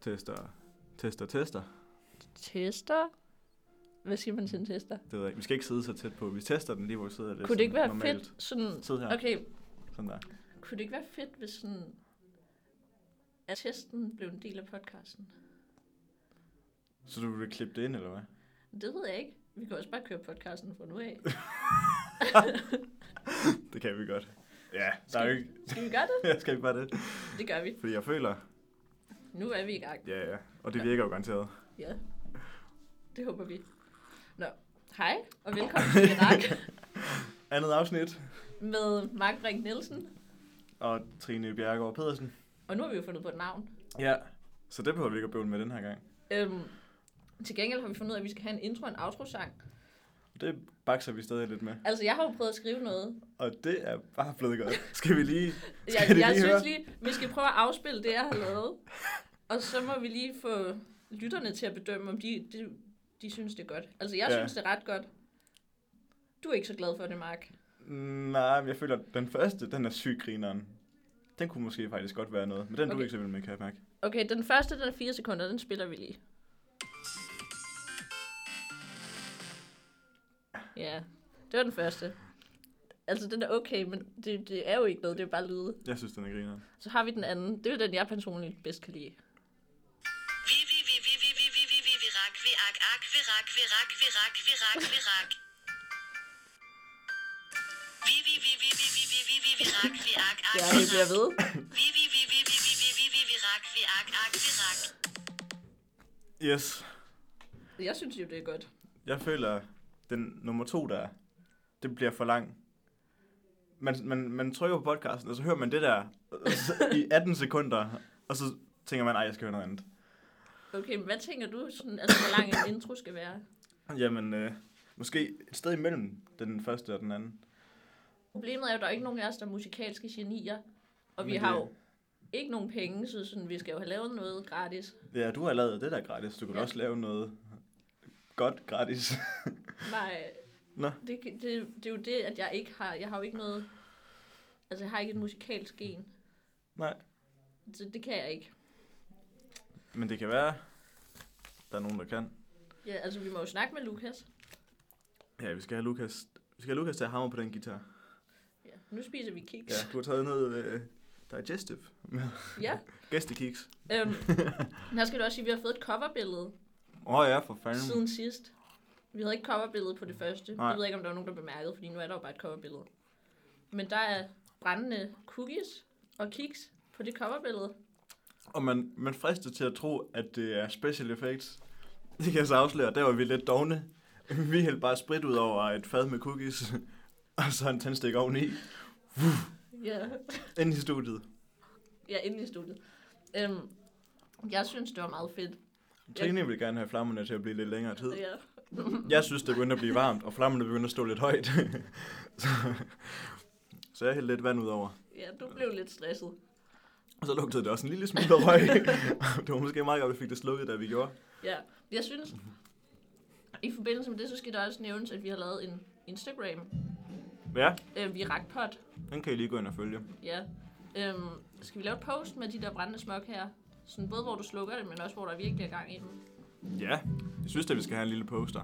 Tester, tester, tester. Tester? Hvad siger man til en tester? Det ved jeg ikke. Vi skal ikke sidde så tæt på. Vi tester den lige, hvor vi sidder. Kunne det ikke være fedt sådan... Sid her. Okay, Sådan der. kunne det ikke være fedt, hvis sådan... At testen blev en del af podcasten? Så du vil klippe det ind, eller hvad? Det ved jeg ikke. Vi kan også bare køre podcasten fra nu af. Det kan vi godt. Ja, der er Skal- jo ikke... Skal vi gøre det? Jeg skal ikke bare det. Det gør vi. Fordi jeg føler... Nu er vi i gang. Ja, ja. Og det virker jo garanteret. Ja. Det håber vi. Nå, hej og velkommen til Irak Andet afsnit. med Mark Brink Nielsen. Og Trine Bjergård Pedersen. Og nu har vi jo fundet på et navn. Ja. Så det behøver vi ikke at bøvle med den her gang. Øhm, til gengæld har vi fundet ud af, at vi skal have en intro og en outro-sang. Det bakser vi stadig lidt med. Altså, jeg har jo prøvet at skrive noget. Og det er bare blevet godt. Skal vi lige... Jeg, Skal det jeg lige synes høre? lige, vi skal prøve at afspille det, jeg har lavet. Og så må vi lige få lytterne til at bedømme, om de, de, de synes, det er godt. Altså, jeg Ja. ja. synes, det er ret godt. Du er ikke så glad for det, Mark. Nej, men jeg føler, at den første, den er syg grineren. Den kunne måske faktisk godt være noget. Men den okay. du Okay. ikke så vild med, kan jeg mærke. Okay, den første, den er 4 sekunder, den spiller vi lige. Ja, det var den første. Altså, den er okay, men det, det er jo ikke noget, det er bare lyde. Jeg synes, den er grineren. Så har vi den anden. Det er jo den, jeg personligt bedst kan lide. Vi, vi, vi, vi, vi, vi, vi, vi, vi, vi, rak, vi, ak, ak, vi, rak, vi, rak, vi, rak, vi, rak, vi, rak. Vi, vi, vi, vi, vi, vi, vi, vi, vi, vi, rak, vi, ak, ak, Ja, vi, det bliver rak. ved. Vi, vi, vi, vi, vi, vi, vi, vi, vi, vi, rak, vi, ak, ak, vi, rak. Yes. Jeg synes jo, det er godt. Jeg føler, den nummer to, der er, det bliver for lang. Man, man, man trykker på podcasten, og så hører man det der og så- i 18 sekunder, og så tænker man, ej, jeg skal høre noget andet. Okay, men hvad tænker du, sådan, altså, hvor lang en intro skal være? Jamen, øh, måske et sted imellem den første og den anden. Problemet er jo, at der er ikke nogen af os, der er musikalske genier. Og vi Men har det- jo ikke nogen penge, så sådan, vi skal jo have lavet noget gratis. Ja, du har lavet det der gratis. Du kan ja. Ja. også lave noget godt gratis. Nej. Nå. øh, Det, kan- det, det er jo det, at jeg ikke har... Jeg har jo ikke noget... Altså, jeg har ikke et musikalsk gen. Nej. Så det kan jeg ikke. Men det kan være, der er nogen, der kan. Ja, altså, vi må jo snakke med Lukas. Ja, vi skal have Lukas, vi skal have Lukas til at hamre på den guitar. Ja. Nu spiser vi kiks. Ja, du har taget noget øh, digestive med ja. gæstekiks. Øhm, men her skal du også sige, at vi har fået et coverbillede Åh oh, ja, for fanden. siden sidst. Vi havde ikke coverbillede på det første. Nej. Jeg ved ikke, om der var nogen, der bemærkede, fordi nu er der jo bare et coverbillede. Men der er brændende cookies og kiks på det coverbillede. Og man, man frister til at tro, at det er special effects. Det kan jeg så afsløre, der var vi lidt dogne. Vi hældte bare sprit ud over et fad med cookies, og så en tændstik oveni, Ja. ind i studiet. Ja, inde i studiet. Øhm, jeg synes, det var meget fedt. Trine vil gerne have flammerne til at blive lidt længere tid. Ja. Jeg synes, det begynder at blive varmt, og flammerne begynder at stå lidt højt. så, så jeg hældte lidt vand ud over. Ja, du blev lidt stresset. Og så lugtede det også en lille smule af røg. det var måske meget godt, at vi fik det slukket, da vi gjorde. Ja, jeg synes, i forbindelse med det, så skal der også nævnes, at vi har lavet en Instagram. Ja, Øh, vi er rakpot. den kan I lige gå ind og følge. Ja. Øhm, skal vi lave et post med de der brændende smok her? Sådan både hvor du slukker det, men også hvor der virkelig er gang i den. Ja, jeg synes, at vi skal have en lille poster.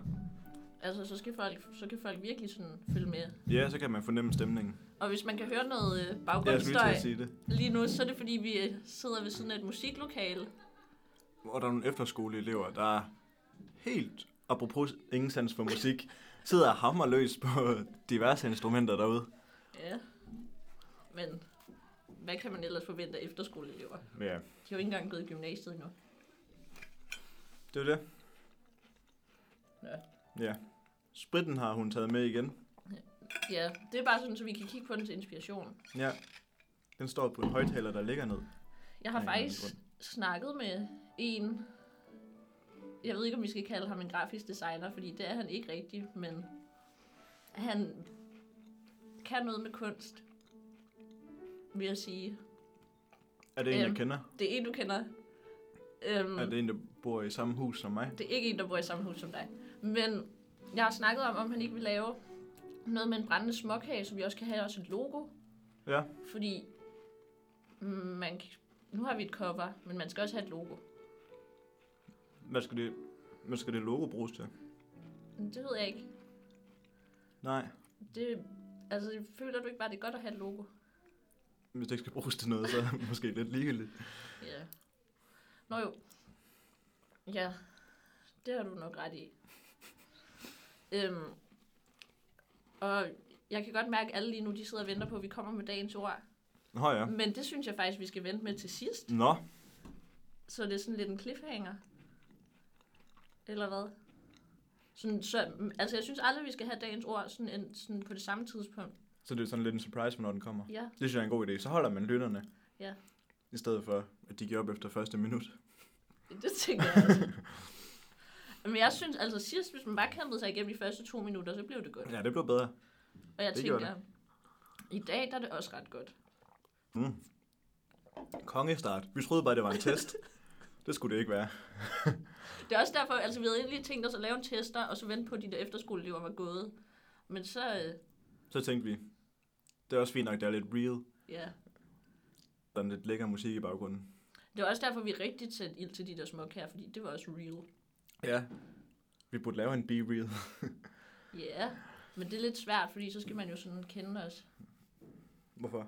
Altså, så, skal folk, så kan folk virkelig sådan følge med. Ja, så kan man fornemme stemningen. Og hvis man kan høre noget Ja, øh, jeg skulle lige baggrundsstøj til at sige det. lige nu, så er det fordi, vi øh, sidder ved siden af et musiklokale. Og der er nogle efterskoleelever, der helt apropos ingen sans for musik, sidder og hammer løs på diverse instrumenter derude. Ja. Men hvad kan man ellers forvente af efterskoleelever? De Ja, har jo ikke engang gået i gymnasiet endnu. det er det. Ja. Ja. Spritten har hun taget med igen. Ja, det er bare sådan, så vi kan kigge på den til inspiration. Ja. Den står på en højtaler, der ligger ned. Jeg har Af en faktisk eller anden snakket med en... Jeg ved ikke, om vi skal kalde ham en grafisk designer, fordi det er han ikke rigtig, men han kan noget med kunst, vil jeg sige. Er det en, jeg Øhm, kender? Det er en, du kender. Øhm, Er det en, der bor i samme hus som mig? Det er ikke en, der bor i samme hus som dig. Men jeg har snakket om, om han ikke vil lave noget med en brændende småkage, så vi også kan have også et logo. Ja. Fordi mm, man, kan- nu har vi et cover, men man skal også have et logo. Hvad skal det, hvad skal det logo bruges til? Men Det ved jeg ikke. Nej, Det, altså, føler du ikke bare, det er godt at have et logo? hvis det ikke skal bruges til noget, så er det måske lidt ligegyldigt. Ja. Nå jo. Ja, det har du nok ret i. Øhm, og jeg kan godt mærke, at alle lige nu de sidder og venter på, at vi kommer med dagens ord. Nå Ja. ja. Men det synes jeg faktisk, vi skal vente med til sidst. Nå, Så det er sådan lidt en cliffhanger. Eller hvad? Sådan, så, altså, jeg synes aldrig, vi skal have dagens ord sådan, en, sådan på det samme tidspunkt. så det er sådan lidt en surprise, når den kommer. Ja, Det synes jeg er en god idé. Så holder man lytterne. Ja. I stedet for, at de giver op efter første minut. det tænker jeg også. Men jeg synes, altså sidst, hvis man bare kæmpede sig igennem de første to minutter, så blev det godt. Ja, det blev bedre. Og jeg Det gjorde tænker, i dag der er det også ret godt. Mm. Kongestart. Vi troede bare, det var en test. det skulle det ikke være. Det er også derfor, altså vi havde egentlig tænkt os at lave en tester, og så vente på, at de der efterskoleelever var gået. Men så, øh, Så tænkte vi, det er også fint nok, det er lidt real. ja. Der er lidt lækker musik i baggrunden. Det er også derfor, vi rigtig sætte ild til de der smuk her, fordi det var også real. Ja. Vi burde lave en be-real. Ja, yeah. men det er lidt svært, fordi så skal man jo sådan kende os. Hvorfor?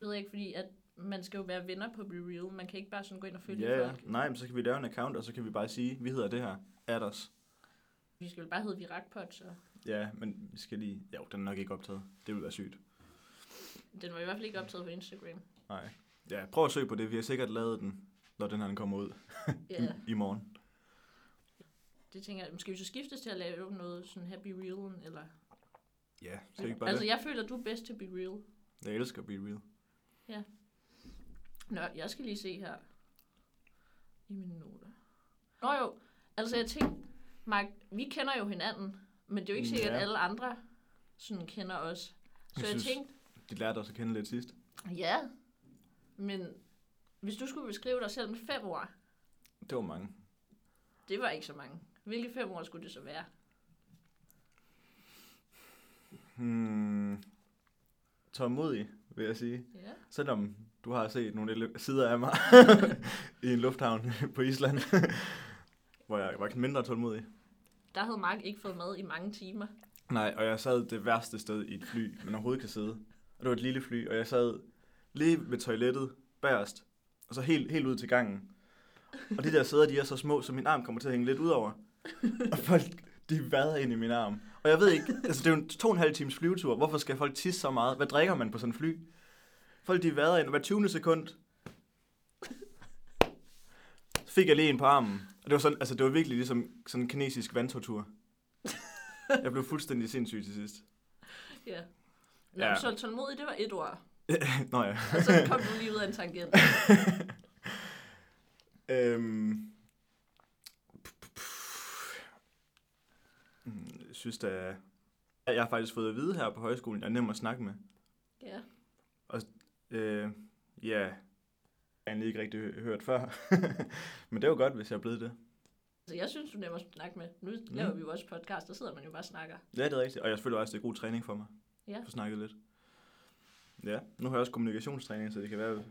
Jeg ved ikke, fordi at man skal jo være venner på Be Real. Man kan ikke bare sådan gå ind og følge Ja, ja. folk. Nej, men så kan vi lave en account, og så kan vi bare sige, vi hedder det her. At os. Vi skal jo bare hedde Virakpot, så Ja, men vi skal lige... Jo, den er nok ikke optaget. Det ville være sygt. den var i hvert fald ikke optaget på Instagram. Nej. Ja, prøv at søge på det. Vi har sikkert lavet den, når den her den kommer ud Ja, yeah. i, i morgen. det tænker jeg. Skal vi så skiftes til at lave noget sådan her Be Real, eller? Ja, skal vi ikke bare altså, det? jeg føler, du er bedst til Be Real. Jeg elsker be-real. Nå, jeg skal lige se her i mine noter. Nå jo, altså jeg tænkte, Mark, vi kender jo hinanden, men det er jo ikke sikkert, Mm, Ja. at alle andre sådan kender os. Så jeg, Jeg synes- tænkte, De lærte os at kende lidt sidst. ja, men hvis du skulle beskrive dig selv med fem ord, Det var mange. det var ikke så mange. Hvilke fem ord skulle det så være? Hmm. Tålmodig, vil jeg sige. Ja. Selvom du har set nogle ele- sider af mig i en lufthavn på Island, hvor jeg var mindre tålmodig. Der havde Mark ikke fået mad i mange timer. Nej, og jeg sad det værste sted i et fly, man overhovedet kan sidde. Og det var et lille fly, og jeg sad lige ved toilettet, bagerst, og så helt, helt ud til gangen. Og de der sæder, de er så små, så min arm kommer til at hænge lidt ud over. Og folk, de vader ind i min arm. Og jeg ved ikke, altså det er jo en to og en halv times flyvetur. Hvorfor skal folk tisse så meget? Hvad drikker man på sådan en fly? Folk, de vader ind, og hver 20. sekund fik jeg lige en på armen. Og det var, sådan, altså, det var virkelig ligesom sådan en kinesisk vandtortur. Jeg blev fuldstændig sindssyg til sidst. Ja. Nå, Ja. ja. så tålmodig, det var et ord. Nå ja. Og så kom du lige ud af en tangent. Øhm. Mm, Jeg synes da... Jeg har faktisk fået at vide her på højskolen, jeg er nem at snakke med. Ja. Øh, ja, jeg har egentlig ikke rigtig hø- hørt før. Men det var godt, hvis jeg er blevet det. Altså, jeg synes, du er nem at snakke med. Nu Mm. laver vi jo også podcast, der sidder man jo bare og snakker. Ja, det er rigtigt. Og jeg føler også, det er god træning for mig. Ja. Få snakket lidt. Ja, nu har jeg også kommunikationstræning, så det kan være, at der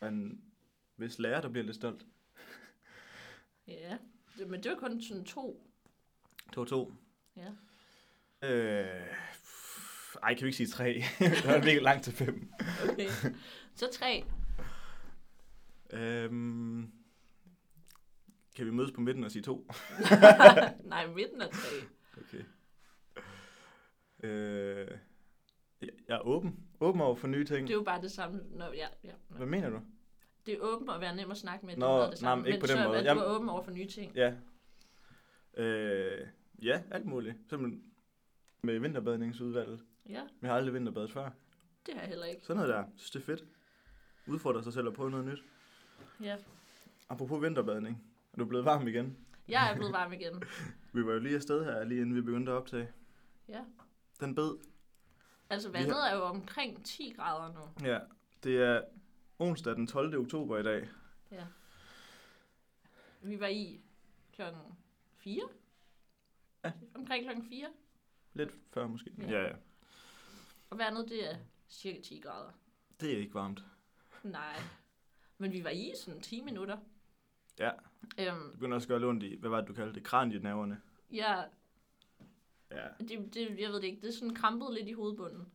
er en vis lærer, der bliver lidt stolt. Ja, det, men det var kun sådan to. 2-2. Ja. Øh, pff, ej, kan vi ikke sige 3? Der er virkelig langt til 5. Okay. Så tre. Øhm, kan vi mødes på midten og sige 2? Nej, midten er tre. Okay. Øh, jeg- jeg er åben. Åben over for nye ting. Det er jo bare det samme. Nå, ja, ja. Nå. Hvad mener du? Det er åbent at være nem at snakke med. det Nå, er noget af det nej, samme. men ikke men på den så, måde. At du Jamen- er åben over for nye ting. Ja. Øh, ja, alt muligt. Simpelthen med vinterbadningsudvalget. Ja, Vi har aldrig vinterbadet før. det har jeg heller ikke. Sådan noget der. Jeg synes, det er fedt. Udfordre sig selv og prøve noget nyt. Ja. Apropos vinterbadning. Er du blevet varm igen? Jeg er blevet varm igen. Vi var jo lige afsted her, lige inden vi begyndte at optage. Ja. Den bed. Altså, Vi vandet er jo omkring 10 grader nu. Ja. Det er onsdag den 12. oktober i dag. Vi var i klokken 4. Ja. Omkring klokken 4. Lidt før måske. Ja. ja. Og vandet, det er cirka 10 grader. Det er ikke varmt. Nej. Men vi var i sådan 10 minutter. Ja. Øhm, Det begynder også at gøre lidt ondt i, hvad var det, du kaldte det? Kranjetnerverne. ja, Ja. det, det, jeg ved det ikke, det er sådan krampet lidt i hovedbunden.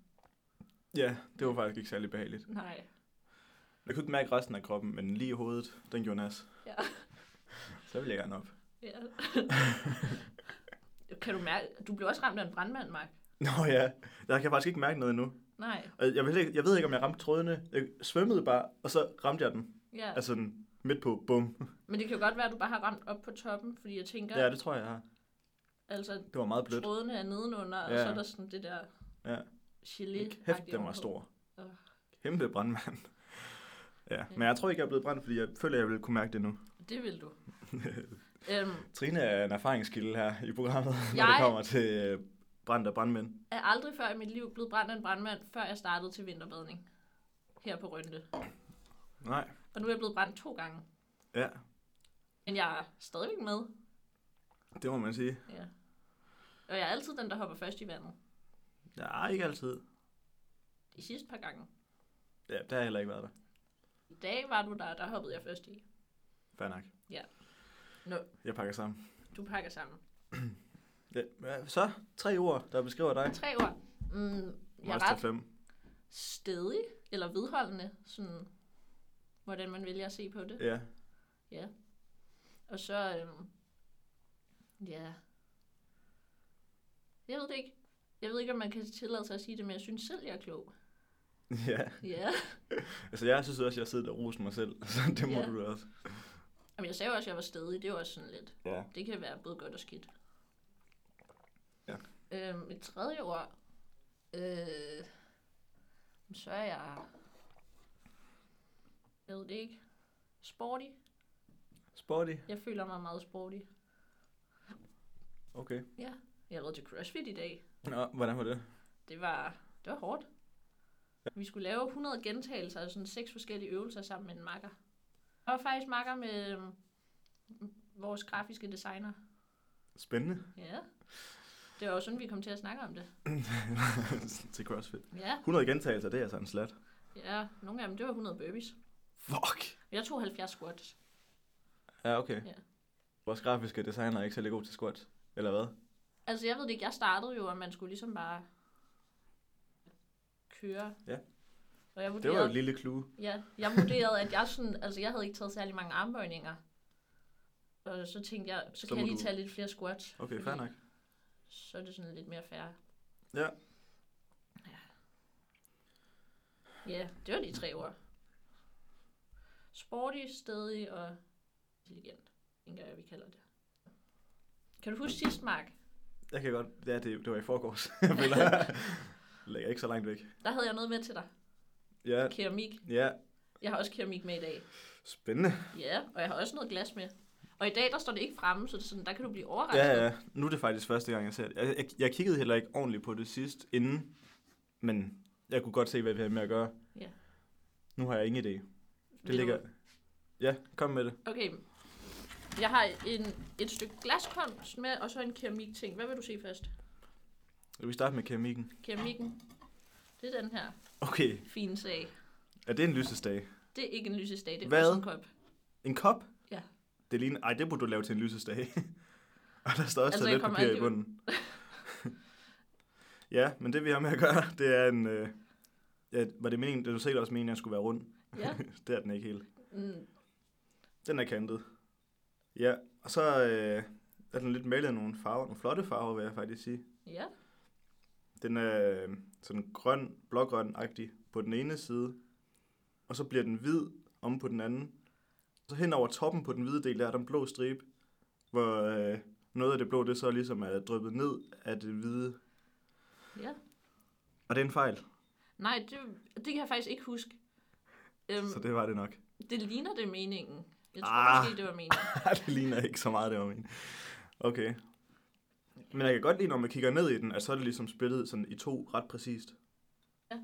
Ja, det var faktisk ikke særlig behageligt. Nej. Jeg kunne ikke mærke resten af kroppen, men lige i hovedet, den gjorde nas. Ja. Så ville jeg gerne op. Ja. kan du mærke, du blev også ramt af en brandmand, Mark? Nå ja, der kan jeg faktisk ikke mærke noget endnu. Nej, Og Jeg ved, ikke, jeg ved ikke, om jeg ramte trådene. Jeg svømmede bare, og så ramte jeg den. ja. Altså den midt på, bum. Men det kan jo godt være, at du bare har ramt op på toppen, fordi jeg tænker, Ja, det tror jeg, jeg har. altså Det var meget blødt. trådene er nedenunder, ja. og Ja. så er der sådan det der Ja. gelé Kæft, den var stor. Åh. Kæmpe brandmand. Ja, men jeg tror ikke, jeg er blevet brændt, fordi jeg føler, jeg ville kunne mærke det nu. Det vil du. øhm, Trine er en erfaringskilde her i programmet, når Jeg- det kommer til øh, brændt og brandmænd. jeg er aldrig før i mit liv blevet brændt af en brandmand, før jeg startede til vinterbadning her på Rønde. Nej. Og nu er jeg blevet brændt to gange. Ja, Men jeg er stadigvæk med. det må man sige. Ja. Og jeg er altid den, der hopper først i vandet. Ja, ikke altid. De sidste par gange. Ja, det har jeg heller ikke været der. I dag var du der, der hoppede jeg først i. Fair nok. Ja. Nå. Jeg pakker sammen. Du pakker sammen. Ja, ja, så tre ord, der beskriver dig. Tre ord. Mm, jeg Must er have ret fem. stedig, eller vedholdende, sådan, hvordan man vælger at se på det. Ja. Og så, øhm, ja, jeg ved det ikke. Jeg ved ikke, om man kan tillade sig at sige det, men jeg synes selv, jeg er klog. ja. Ja. Altså, jeg synes også, jeg sidder og roser mig selv, så det må Ja. du da også. Jamen, jeg sagde jo også, at jeg var stedig. Det er jo også sådan lidt. Ja. Det kan være både godt og skidt. Ja. Øhm, et tredje ord. Øh, så er jeg... Jeg ved det ikke. Sporty. Sporty. Jeg føler mig meget sporty. Okay. Ja. Jeg har været til CrossFit i dag. Nå, hvordan var det? Det var, det var hårdt. Vi skulle lave 100 gentagelser af sådan seks forskellige øvelser sammen med en makker. Jeg var faktisk makker med øhm, vores grafiske designer. Spændende. Ja. Det var jo sådan, vi kom til at snakke om det. til CrossFit. Ja, 100 gentagelser, det er altså en slat. ja. Nogle af dem, det var 100 burpees. Fuck! Jeg tog 70 squats. Ja, okay. Ja. Vores grafiske designer er ikke særlig god til squats. Eller hvad? Altså, jeg ved det ikke. Jeg startede jo, at man skulle ligesom bare køre. Ja. Det Og jeg var vurderede, jo et lille clue. Ja, jeg vurderede, at jeg sådan, altså jeg havde ikke taget særlig mange armbøjninger. Og så tænkte jeg, så, Så så kan må jeg lige du- tage lidt flere squats. Okay, fordi fair nok. Så er det sådan lidt mere fair. Ja. Ja. Ja, det var de tre ord. Sporty, stedig og intelligent, tænker jeg, vi kalder det. Kan du huske sidst, Mark? Jeg kan godt... Ja, det, det var i forgårs. Jeg føler- Lægger ikke så langt væk. Der havde jeg noget med til dig. Ja, Keramik. ja. Jeg har også keramik med i dag. Spændende. Ja, og jeg har også noget glas med. Og i dag, der står det ikke fremme, så det er sådan, der kan du blive overrasket. Ja, ja. Nu er det faktisk første gang, jeg ser det. Jeg, jeg, jeg kiggede heller ikke ordentligt på det sidst inden, men jeg kunne godt se, hvad vi havde med at gøre. Ja. Nu har jeg ingen idé. Vil Det du- ligger... Ja, kom med det. Okay. Jeg har en, et stykke glaskunst med, og så en keramikting. Hvad vil du se først? Vil vi starte med keramikken? Keramikken. Det er den her Okay, fine sag. er det en lysestage? Det er ikke en lysestage, det er Hvad? også en kop. En kop? Ja. Det ligner... Ej, det burde du lave til en lysestage. Og der står også Altså, altså, jeg lidt kommer papir i aldrig ud. bunden. ja, men det vi har med at gøre, det er en... Øh... Ja, var det meningen, det du selv også meningen, at den skulle være rund? Ja. det er den ikke helt. Mm, Den er kantet. Ja, og så øh, er den lidt malet af nogle farver. Nogle flotte farver, vil jeg faktisk sige. ja. Den er øh, sådan grøn, blågrøn-agtig på den ene side. Og så bliver den hvid om på den anden. Så hen over toppen på den hvide del, der er der en blå stribe, hvor øh, noget af det blå, det så ligesom er dryppet ned af det hvide. Ja. Og det er en fejl, Nej, det, det kan jeg faktisk ikke huske. Øhm, så det var det nok. det ligner det er meningen. Jeg tror Ah. ah. måske, det var meningen. Ej, det ligner ikke så meget, det var min. Okay. Men jeg kan godt lide, når man kigger ned i den, at så er det ligesom spillet sådan i to ret præcist. Det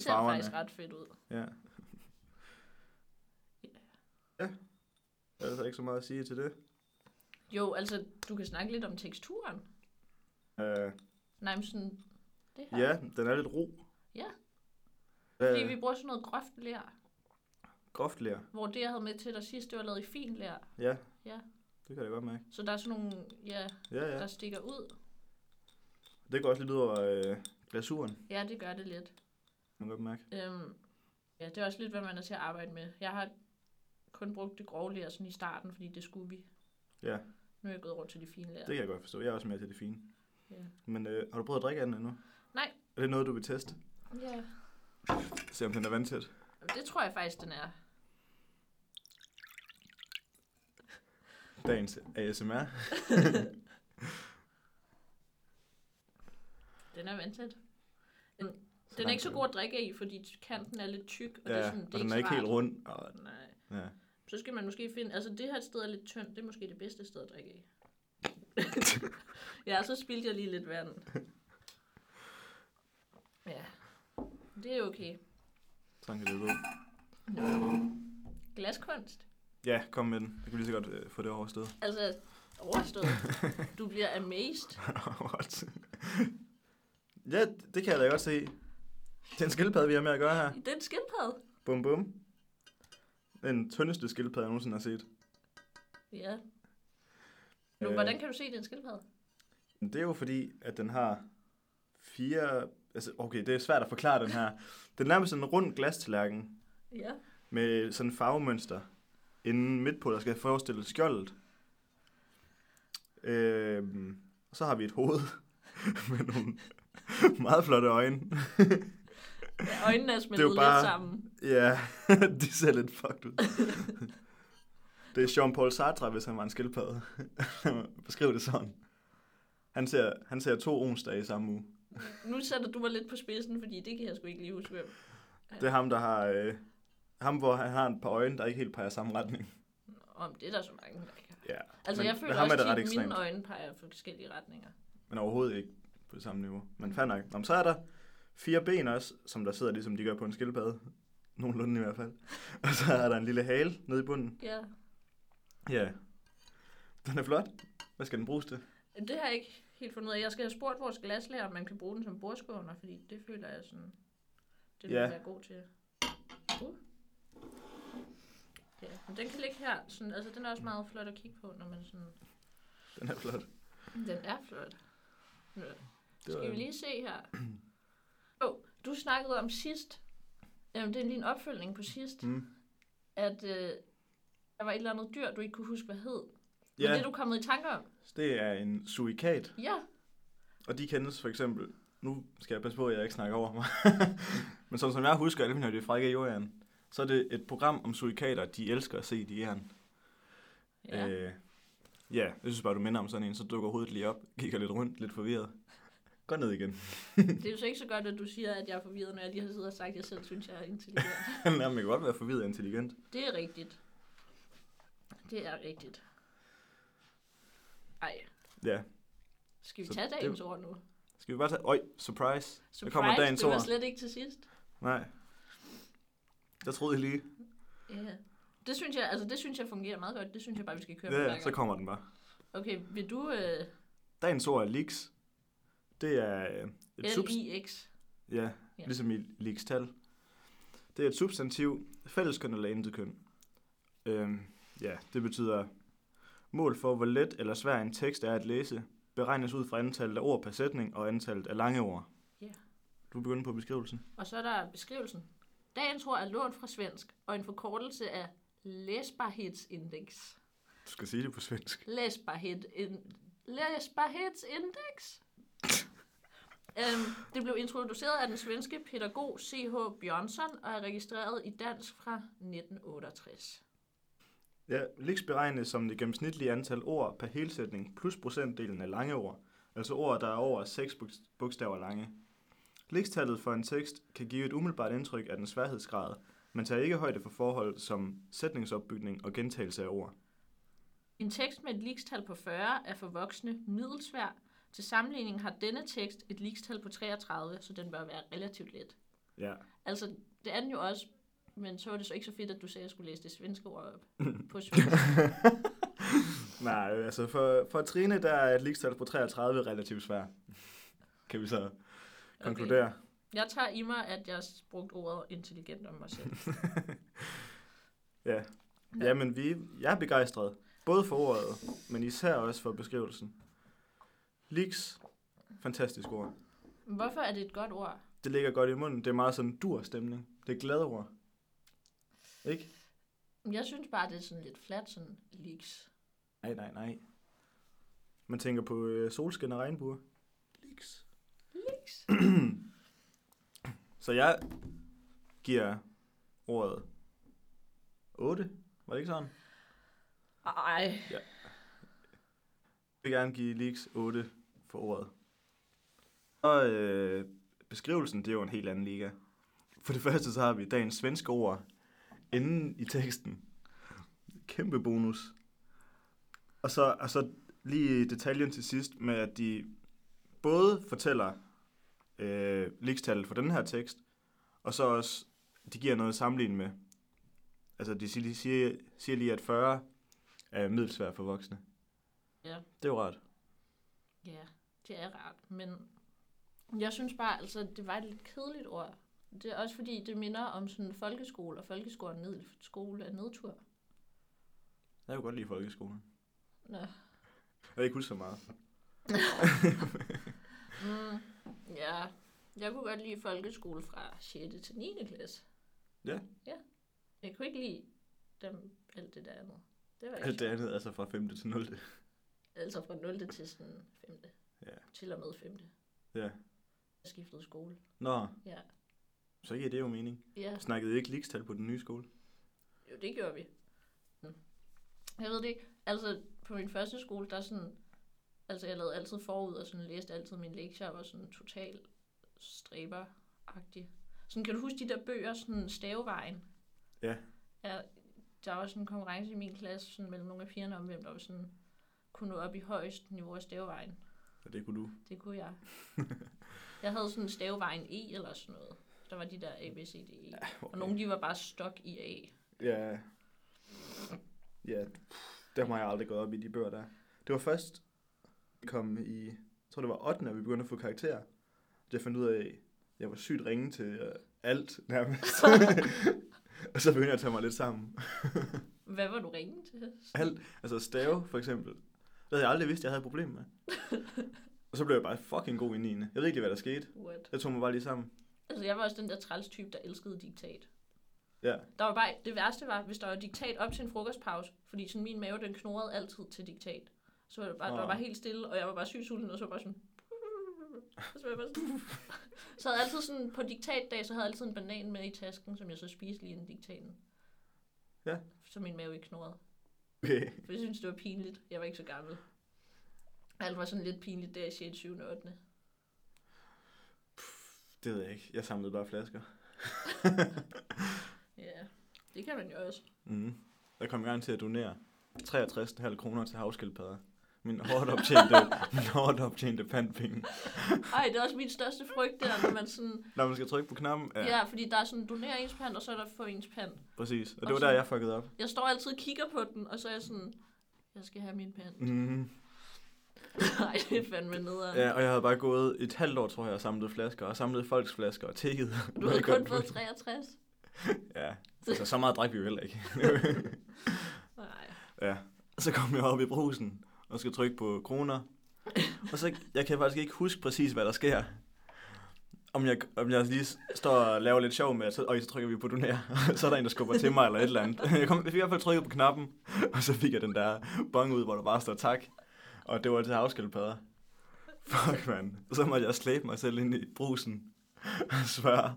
ser Farverne. faktisk ret fedt ud. Ja. Ja. Der er altså ikke så meget at sige til det. Jo, altså, du kan snakke lidt om teksturen. Uh, Nej, men sådan det her. ja, den er lidt ro. Ja. Øh, Fordi vi bruger sådan noget groft lær. groft lær. Hvor det, jeg havde med til dig sidst, det var lavet i fin lær. Ja. Ja. Det kan jeg godt mærke. Så der er sådan nogle, ja, Ja, ja. der ja. stikker ud. Det går også lidt ud over øh, glasuren. Ja, det gør det lidt. Man kan godt mærke. Øhm, ja, det er også lidt, hvad man er til at arbejde med. Jeg har kun brugt det grove lær sådan i starten, fordi det skulle vi. Ja. Nu er jeg gået rundt til de fine lær. Det kan jeg godt forstå. Jeg er også mere til det fine. Ja. Men øh, har du prøvet at drikke af den endnu? Nej. Er det noget, du vil teste? ja. Se om den er vandtæt. Det tror jeg faktisk, den er. Dagens ASMR. Den er vandtæt. Den er langt ikke så ud. god at drikke af, fordi kanten er lidt tyk, og ja, det er sådan, det og den ikke er så ikke helt rart. rund. Og, Nej. ja. Så skal man måske finde... Altså, det her sted er lidt tyndt. Det er måske det bedste sted at drikke af. ja, så spildte jeg lige lidt vand. Ja. Det er okay. Sådan kan det gå. Glaskunst. Ja, kom med den. Jeg kan lige så godt øh, få det overstået. Altså, overstået. Du bliver amazed. What? ja, det kan jeg da godt se. Det er en skildpadde, vi har med at gøre her. Det er en skildpadde. Bum bum. Den tyndeste skildpadde, jeg nogensinde har set. Ja. Nu, Øh. hvordan kan du se, det er en skildpadde? Men Øh, Det er jo fordi, at den har fire... Altså, okay, det er svært at forklare den her. Den er nærmest en rund glastallerken Ja. med sådan et farvemønster inden midt på, der skal forestille skjoldet. Øhm, og så har vi et hoved med nogle meget flotte øjne. Øjnene er smeltet Det er jo lidt bare- sammen. Ja, de ser lidt fucked ud. Det er Jean-Paul Sartre, hvis han var en skildpadde. Beskriv det sådan. Han ser, han ser to onsdage i samme uge. Nu sætter du mig lidt på spidsen, fordi det kan jeg sgu ikke lige huske, hvem. Det er ham, der har... Øh, ham, hvor han har et par øjne, der ikke helt peger samme retning. Om det er der så mange, der ikke har. Ja. Altså, men jeg ved føler ham også, er det ret at ekstremt. mine øjne peger for forskellige retninger. Men overhovedet ikke på det samme niveau. Men fair nok. Nå, men så er der fire ben også, som der sidder ligesom de gør på en skildpadde. Nogenlunde i hvert fald. Og så er der en lille hale nede i bunden. Ja, Ja. Den er flot. Hvad skal den bruges til? det har jeg ikke helt fundet ud af. Jeg skal have spurgt vores glaslærer, om man kan bruge den som bordskåner, fordi det føler jeg sådan, det Ja. yeah. er god til. Uh. Ja, men den kan ligge her. Sådan, altså, den er også meget flot at kigge på, når man sådan... Den er flot. Den er flot. Nå, Det var- skal vi lige se her. Oh, du snakkede om sidst. Jamen, det er lige en opfølgning på sidst. Mm. At øh, der var et eller andet dyr, du ikke kunne huske, hvad hed. Men det er Ja, du kommet i tanke om. det er en surikat. Ja, Og de kendes for eksempel... Nu skal jeg passe på, at jeg ikke snakker over mig. Men sådan som jeg husker, det når det er frække jordjern, så er det et program om surikater, de elsker at se i de jern. ja. Øh. Øh, ja, jeg synes bare, du minder om sådan en, så dukker hovedet lige op, kigger lidt rundt, lidt forvirret. Gå ned igen. Det er jo så ikke så godt, at du siger, at jeg er forvirret, når jeg lige har siddet og sagt, at jeg selv synes, jeg er intelligent. Jamen, jeg kan godt være forvirret og intelligent. det er rigtigt. Det er rigtigt. Ej, Ja. skal vi Så tage det- dagens ord nu? Skal vi bare tage... Øj, surprise. Surprise, Der kommer dagens det var ord. slet ikke til sidst. Nej. Der troede jeg lige. Ja. Det synes jeg, altså det synes jeg fungerer meget godt. Det synes jeg bare, vi skal køre på Ja, hver ja, så gang. kommer den bare. Okay, vil du øh, Dagens ord er leaks. Det er øh, E et subs... LIX? Ja, Ja. ligesom i leaks tal. Det er et substantiv, fælleskøn eller intetkøn. Øhm, ja, det betyder mål for, hvor let eller svær en tekst er at læse, beregnes ud fra antallet af ord per sætning og antallet af lange ord. Ja. Du begynder på beskrivelsen. Og så er der beskrivelsen. Dagens ord er lånt fra svensk, og en forkortelse af læsbarhedsindex. Du skal sige det på svensk. Læsbarhed in, læsbarhedsindex. øhm, det blev introduceret af den svenske pædagog C.H. Bjørnsson og er registreret i dansk fra 1968. Ja, leaks beregnes som det gennemsnitlige antal ord per helsætning plus procentdelen af lange ord, altså ord, der er over 6 bogstaver lange. Leaks-tallet for en tekst kan give et umiddelbart indtryk af den sværhedsgrad, men tager ikke højde for forhold som sætningsopbygning og gentagelse af ord. En tekst med et likstal på 40 er for voksne middelsvær. Til sammenligning har denne tekst et likstal på 33, så den bør være relativt let. Ja, Altså, det er den jo også, men så var det så ikke så fedt, at du sagde, at jeg skulle læse det svenske ord op på svensk. nej, øh, altså for, for Trine, der er et leaks-tal på 33 relativt svært. Kan vi så konkludere? Jeg tager i mig, at jeg brugte ordet intelligent om mig selv. Ja. ja, men vi, jeg er begejstret. Både for ordet, men især også for beskrivelsen. Leaks, fantastisk ord. Hvorfor er det et godt ord? Det ligger godt i munden. Det er meget sådan dur-stemning. Det er glade ord. Ikke? Jeg synes bare, det er sådan lidt flat, sådan leaks. Nej, nej, nej. Man tænker på øh, solskin og regnbuer. Leaks. Leaks? Så jeg giver ordet 8. Var det ikke sådan? Ej, Jeg vil gerne give Leaks 8 for ordet. Og øh, beskrivelsen, det er jo en helt anden liga. For det første, så har vi dagens svenske ord inden i teksten. Kæmpe bonus. Og så, og så lige detaljen til sidst med, at de både fortæller øh, leakstallet for den her tekst, og så også, de giver noget at sammenligne med. Altså, de siger, siger, siger lige, at 40 er middelsvær for voksne. Ja. Det er jo rart. ja, det er rart, men jeg synes bare, altså, det var et lidt kedeligt ord. Det er også fordi, det minder om sådan folkeskole, og folkeskole er ned, skole er nedtur. Jeg kunne godt lide folkeskolen. Nå. Jeg kan ikke huske så meget. Mm, ja, jeg kunne godt lide folkeskole fra 6. til 9. klasse. Ja. Ja. Jeg kunne ikke lide dem, alt det der andet. Det var ikke Alt det sjovt. andet, altså fra 5. til 0. Altså fra 0. til sådan 5. Ja. Til og med 5. Ja. Jeg skiftede skole. Nå, Ja. så giver det jo mening. Ja, Snakkede I ikke ligestal på den nye skole? jo, det gjorde vi. Mm. Jeg ved det ikke. Altså, på min første skole, der sådan... Altså, jeg lavede altid forud, og sådan læste altid mine lektier, og var sådan total stræber -agtig. Sådan, kan du huske de der bøger, sådan stavevejen? Ja. ja der var sådan en konkurrence i min klasse, sådan mellem nogle af pigerne om, hvem der var sådan kunne nå op i højst niveau af stavevejen. Og det kunne du. Det kunne jeg. jeg havde sådan stavevejen E eller sådan noget. Der var de der A, B, C, D, E. Og nogle de var bare stok i A. Ja. Ja, der har jeg aldrig gået op i de bøger der. Det var først, vi kom i, jeg tror det var 8. at vi begyndte at få karakterer. Jeg fandt ud af, at jeg var sygt ringe til øh, alt nærmest. og så begyndte jeg at tage mig lidt sammen. Hvad var du ringe til? Alt, altså stave for eksempel. Det havde jeg aldrig vidst, jeg havde et problem med. Og så blev jeg bare fucking god i 9. Jeg ved ikke lige, hvad der skete. What? Jeg tog mig bare lige sammen. Altså, jeg var også den der træls type, der elskede diktat. Ja. Der var bare, det værste var, hvis der var diktat op til en frokostpause, fordi sådan min mave, den knurrede altid til diktat. Så var det bare, der var Ah. bare helt stille, og jeg var bare sygt sulten, og så var jeg bare sådan... Og Så, var jeg bare sådan. så havde jeg altid sådan, på diktatdag, så havde jeg altid en banan med i tasken, som jeg så spiste lige inden diktaten. Ja. Så min mave ikke knurrede. Okay. For jeg synes, det var pinligt. Jeg var ikke så gammel. Alt var sådan lidt pinligt der i 6. 7. 8. Det ved jeg ikke. Jeg samlede bare flasker. Ja, det kan man jo også. Mm. Jeg kom i gang til at donere 63,5 kroner til havskildpadder. Min hårdt optjente, min hårdt optjente pandpenge. Ej, det er også min største frygt der, når man sådan... Når man skal trykke på knappen, ja, Ja, ja fordi der er sådan, donerer ens pand, og så er der få ens pand. præcis. Og Og det var så- der, jeg fuckede op. Jeg står altid og kigger på den, og så er jeg sådan... Jeg skal have min pand. Mm. Nej, det er fandme nederen. Ja, og jeg havde bare gået et halvt år, tror jeg, og samlet flasker, og samlet folks flasker og tækket. Du havde kun fået 63. Ja, altså så meget drak vi jo heller ikke. Nej. Ja. Og så kom jeg op i brusen og skal trykke på kroner. Og så, jeg kan faktisk ikke huske præcis, hvad der sker. Om jeg, om jeg lige står og laver lidt sjov med, at så, og så trykker vi på donér, så er der en, der skubber til mig eller et eller andet. Jeg, kom, jeg fik i hvert fald trykket på knappen, og så fik jeg den der bong ud, hvor der bare står tak. Og det var til havskildpadder. Fuck, mand. Så måtte jeg slæbe mig selv ind i brusen og svare,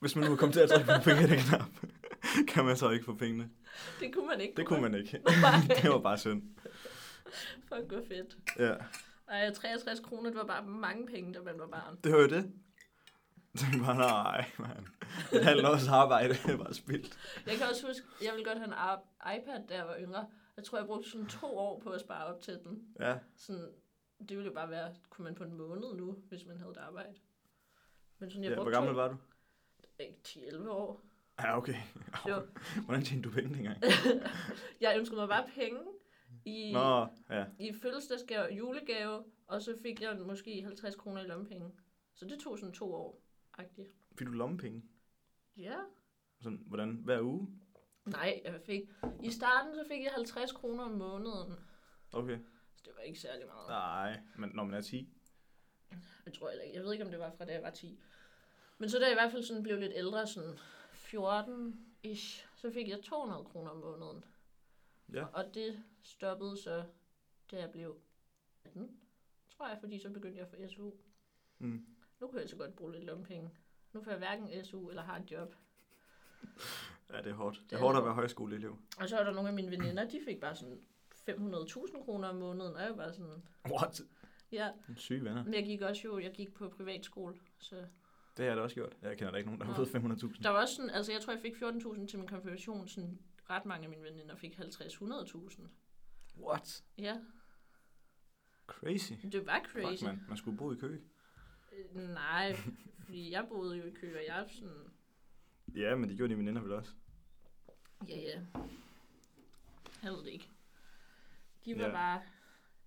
hvis man nu kom til at trykke på en knap, kan man så ikke få pengene. Det kunne man ikke. Det kunne man ikke. Nej. det var bare synd. Fuck, hvor fedt. Ja, Ej, 63 kroner, det var bare mange penge, da man var barn. det var jo det. Det var bare, nej, man. Et halvt års arbejde er bare spildt. Jeg kan også huske, jeg ville godt have en ar- iPad, da jeg var yngre. Jeg tror, jeg brugte sådan to år på at spare op til den. Ja, sådan, det ville jo bare være, kunne man på en måned nu, hvis man havde et arbejde. Men sådan, jeg ja hvor brugte gammel to- var du? Ikke, 10-11 år. Ja, okay. Jo. Hvordan tjente du penge dengang? Jeg ønskede mig bare penge i, Nå, ja. i fødselsdagsgave og julegave, og så fik jeg måske 50 kroner i lommepenge. Så det tog sådan to år. -agtigt. Fik du lommepenge? Ja, Sådan, hvordan? Hver uge? Nej, jeg fik... I starten så fik jeg 50 kroner om måneden. Okay. Så det var ikke særlig meget. Nej, men når man er 10. Jeg tror heller ikke. Jeg ved ikke, om det var fra da jeg var 10. Men så da jeg i hvert fald sådan blev lidt ældre, sådan 14-ish, så fik jeg 200 kroner om måneden. Ja. Og det stoppede så, da jeg blev 18, tror jeg, fordi så begyndte jeg at få SU. Mm. Nu kan jeg så godt bruge lidt lompenge. Nu får jeg hverken SU eller har et job. Ja, det er hårdt. Det er er hårdt at hårdt. være højskoleelev. Og så var der nogle af mine veninder, de fik bare sådan 500.000 kroner om måneden, og jeg var sådan, What? ja. Syge venner. Men jeg gik også jo, jeg gik på privatskole, så Det har jeg da også gjort. Jeg kender da ikke nogen, der har Nå. fået 500.000. Der var også sådan, altså jeg tror, jeg fik 14.000 til min konfirmation. Sådan ret mange af mine veninder fik 50-100.000. What? Ja, Crazy. det var Fuck, crazy. man. man skulle bo i kø. Øh, Nej, fordi jeg boede jo i Køge, og jeg er sådan, Ja, men det gjorde de veninder vel også. ja ja. Jeg ved det ikke. De var Ja. ja. bare,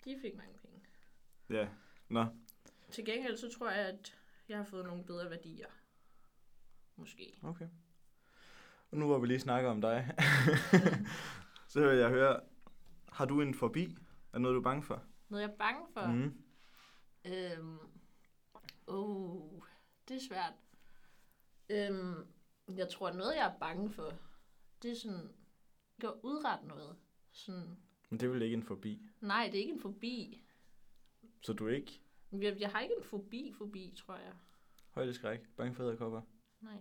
de fik mange penge. Ja. Nå, Til gengæld så tror jeg, at jeg har fået nogle bedre værdier. Måske. okay. Og nu hvor vi lige snakker om dig, så vil jeg høre, har du en forbi? Er det noget, du er bange for? Noget jeg er bange for. Mm. Mm. Øhm, oh, det er svært. Øhm, jeg tror, noget, jeg er bange for, det er sådan, at udrette noget. Sådan, Men det er vel ikke en forbi. nej, det er ikke en fobi. Så du er ikke Jeg, jeg har ikke en fobi, fobi, tror jeg. højdeskræk, bange for æderkopper, Nej,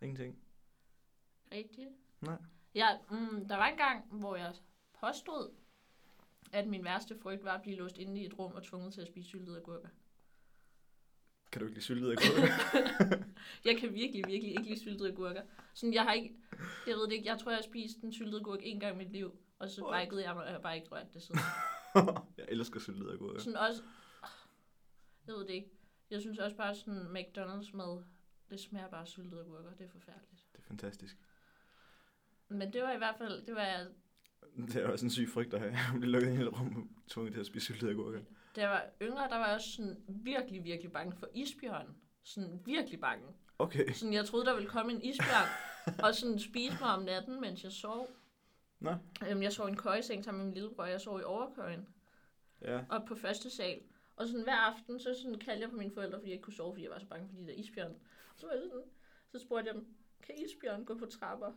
ingenting? rigtigt. Nej. Jeg, mm, der var en gang, hvor jeg påstod, at min værste frygt var at blive låst inde i et rum og tvunget til at spise syltede agurker. Kan du ikke lide syltet af Jeg kan virkelig, virkelig ikke lide syltede gurker. Sådan, jeg har ikke, jeg ved det ikke, jeg tror, jeg har spist en syltet gurk en gang i mit liv, og så What? brækkede jeg mig, og jeg har bare ikke rørt det siden. Jeg elsker syltet af Sådan også, ah, jeg ved det ikke, jeg synes også bare sådan McDonald's mad, det smager bare af syltede gurker, det er forfærdeligt. Det er fantastisk. Men det var i hvert fald, det var, Det er også en syg frygt at have. Jeg bliver lukket i et helt rum og tvunget til at spise syltet agurker. da jeg var yngre, der var jeg også sådan virkelig, virkelig bange for isbjørn. Sådan virkelig bange. Okay. Sådan, jeg troede, der ville komme en isbjørn og sådan spise mig om natten, mens jeg sov. Nå. Øhm, jeg sov i en køjeseng sammen med min lillebror, og jeg sov i overkøjen. Ja. op på første sal. Og sådan hver aften, så sådan kaldte jeg på mine forældre, fordi jeg ikke kunne sove, fordi jeg var så bange for de der isbjørn. Så var jeg sådan, så spurgte jeg dem, kan isbjørn gå på trapper?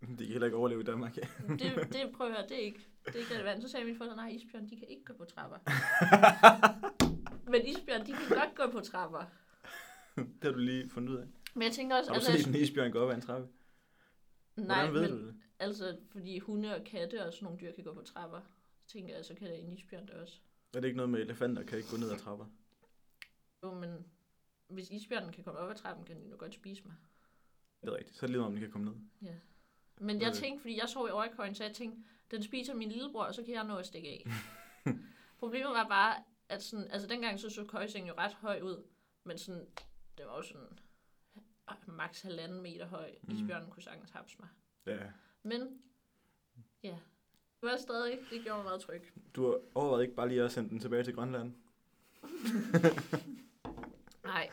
Det kan heller ikke overleve i Danmark. Ja. Det, det prøver jeg, det er ikke, det er ikke relevant. Så sagde mine forældre, nej, isbjørn, de kan ikke gå på trapper. Men isbjørn, de kan godt gå på trapper. Det har du lige fundet ud af. Men jeg tænker også, altså, Har du set en isbjørn gå op ad en trappe? nej, Hvordan ved men, du det? altså, fordi hunde og katte og sådan nogle dyr kan gå på trapper. Så tænker jeg, så kan en isbjørn det også. Er det ikke noget med elefanter, kan ikke gå ned ad trapper? Jo, men hvis isbjørnen kan komme op ad trappen, kan den jo godt spise mig. Det er rigtigt. Så er det lige meget, om de kan komme ned. Men Ved jeg det. tænkte, fordi jeg sov i overkøjen, så jeg tænkte, den spiser min lillebror, og så kan jeg nå at stikke af. Problemet var bare, at sådan, altså dengang så så køjsengen jo ret høj ud, men sådan, det var jo sådan ah, maks halvanden meter høj. Mm. Isbjørnen kunne sagtens hapse mig. Ja. Men, ja, det var stadig, det gjorde mig meget tryg. Du har overvejet ikke bare lige at sende den tilbage til Grønland? Nej.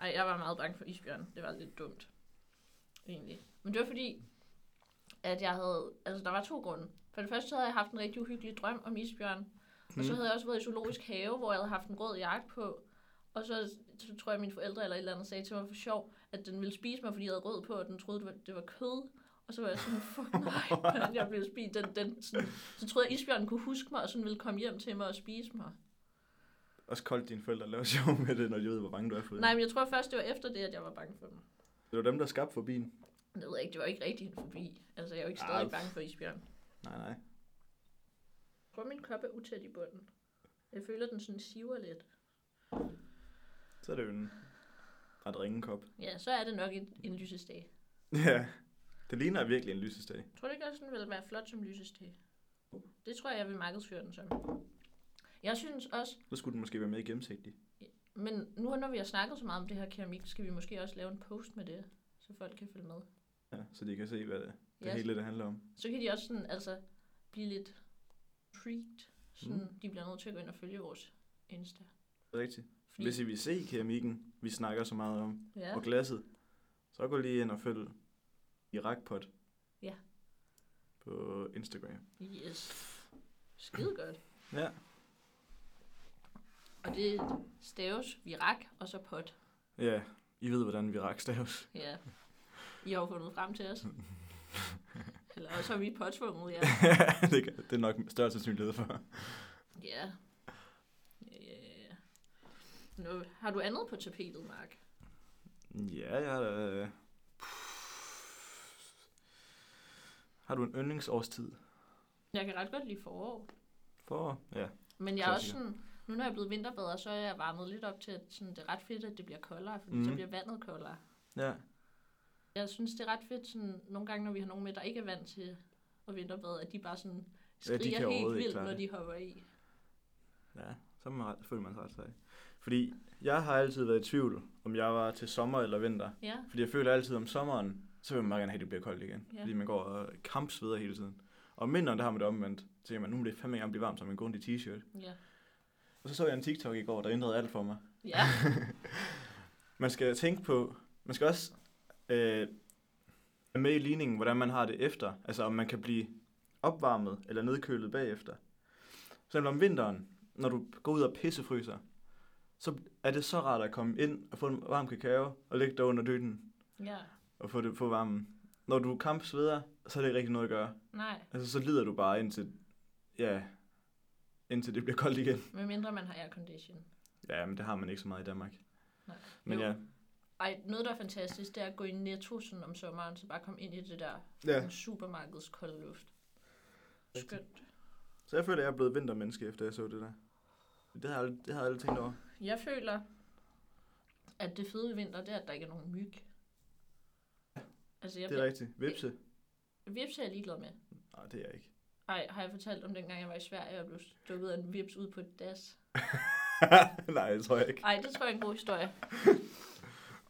Ej, jeg var meget bange for isbjørn. Det var lidt dumt. Egentlig. Men det var fordi, at jeg havde... Altså, der var to grunde. For det første havde jeg haft en rigtig uhyggelig drøm om isbjørn. Og så Hmm. havde jeg også været i zoologisk have, hvor jeg havde haft en rød jakke på. Og så, så tror jeg, at mine forældre eller et eller andet sagde til mig for sjov, at den ville spise mig, fordi jeg havde rød på, og den troede, det var, det var kød. Og så var jeg sådan, fuck nej, hvordan jeg blev spist. Den, den, sådan, så troede jeg, at isbjørnen kunne huske mig, og sådan ville komme hjem til mig og spise mig. Også koldt dine forældre laver sjov med det, når de ved, hvor bange du er for det. Nej, men jeg tror først, det var efter det, at jeg var bange for dem. Det var dem, der skabte fobien. Det ved jeg ikke, det var ikke rigtig en fobi. Altså, jeg er jo ikke Ah, stadig pff. bange for isbjørn. Nej, nej. Prøv min kop er utæt i bunden. Jeg føler, den sådan siver lidt. Så er det jo en ret ringe kop. Ja, så er det nok en, en lysestage. Ja. Det ligner virkelig en lysesdag. Tror du ikke også, den ville være flot som lysestage? Det tror jeg, jeg vil markedsføre den som. Jeg synes også, Så skulle den måske være mere gennemsigtig. men nu når vi har snakket så meget om det her keramik, skal vi måske også lave en post med det, så folk kan følge med. Ja, så de kan se, hvad det, det Ja. hele det handler om. Så kan de også sådan, altså, blive lidt freaked. Sådan, mm. de bliver nødt til at gå ind og følge vores Insta. Rigtigt. Hvis I vil se keramikken, vi snakker så meget om, ja. ja. og glasset, så gå lige ind og følg Irakpot Ja. På Instagram. Yes. Skide godt. Ja. Og det staves virak, og så pot. Ja, I ved, hvordan vi rakstaves. Ja. I har jo fundet frem til os. Eller også har vi påtvunget jer. det, kan, det er nok større sandsynlighed for. Ja. Ja, ja, ja. Nu, har du andet på tapetet, Mark? Ja, jeg har da... Har du en yndlingsårstid? Jeg kan ret godt lide forår. For, ja. Men jeg er også Klassiker. sådan, nu når jeg er blevet vinterbader, så er jeg varmet lidt op til, at sådan, det er ret fedt, at det bliver koldere, fordi mm. så Mhm. bliver vandet koldere. Ja. Jeg synes, det er ret fedt, sådan, nogle gange, når vi har nogen med, der ikke er vant til at vinterbade, at de bare sådan Ja, de skriger kan ja, helt overhovedet ikke vildt, klare når det. de hopper i. Ja, så er man ret, føler man sig ret sej. Fordi jeg har altid været i tvivl, om jeg var til sommer eller vinter. Ja, Fordi jeg føler altid om sommeren, så vil man meget gerne have, at det bliver koldt igen. Ja. Ja. Fordi man går og kampsveder hele tiden. Og om vinteren, der har man det omvendt. Så tænker man, nu må det fandme gerne blive varmt, så man går rundt i t-shirt. ja. Og så så jeg en TikTok i går, der ændrede alt for mig. Ja, Man skal tænke på, man skal også øh, være med i ligningen, hvordan man har det efter. Altså om man kan blive opvarmet eller nedkølet bagefter. Så om vinteren, når du går ud og pissefryser, så er det så rart at komme ind og få en varm kakao og ligge der under dynen ja. og få, det, få varmen. Når du kampsveder, så er det ikke rigtig noget at gøre. Nej, Altså så lider du bare indtil, ja, indtil det bliver koldt igen. medmindre man har aircondition. Ja, men det har man ikke så meget i Danmark. Nej. Men Jo. ja, Ej, noget, der er fantastisk, det er at gå i Netto sådan om sommeren, så bare komme ind i det der Ja. ja. supermarkeds kolde luft. Rigtigt. Skønt. Så jeg føler, at jeg er blevet vintermenneske, efter jeg så det der. Det har jeg, ald- det har jeg aldrig tænkt over. Jeg føler, at det fede ved vinter, det er, at der ikke er nogen myg. Altså, jeg Det er rigtigt. Vipse? Vips er jeg ligeglad med. Nej, det er jeg ikke. Ej, har jeg fortalt om dengang, jeg var i Sverige, og blev stukket af en vips ud på et das? Nej, det tror jeg ikke. Ej, det tror jeg er en god historie.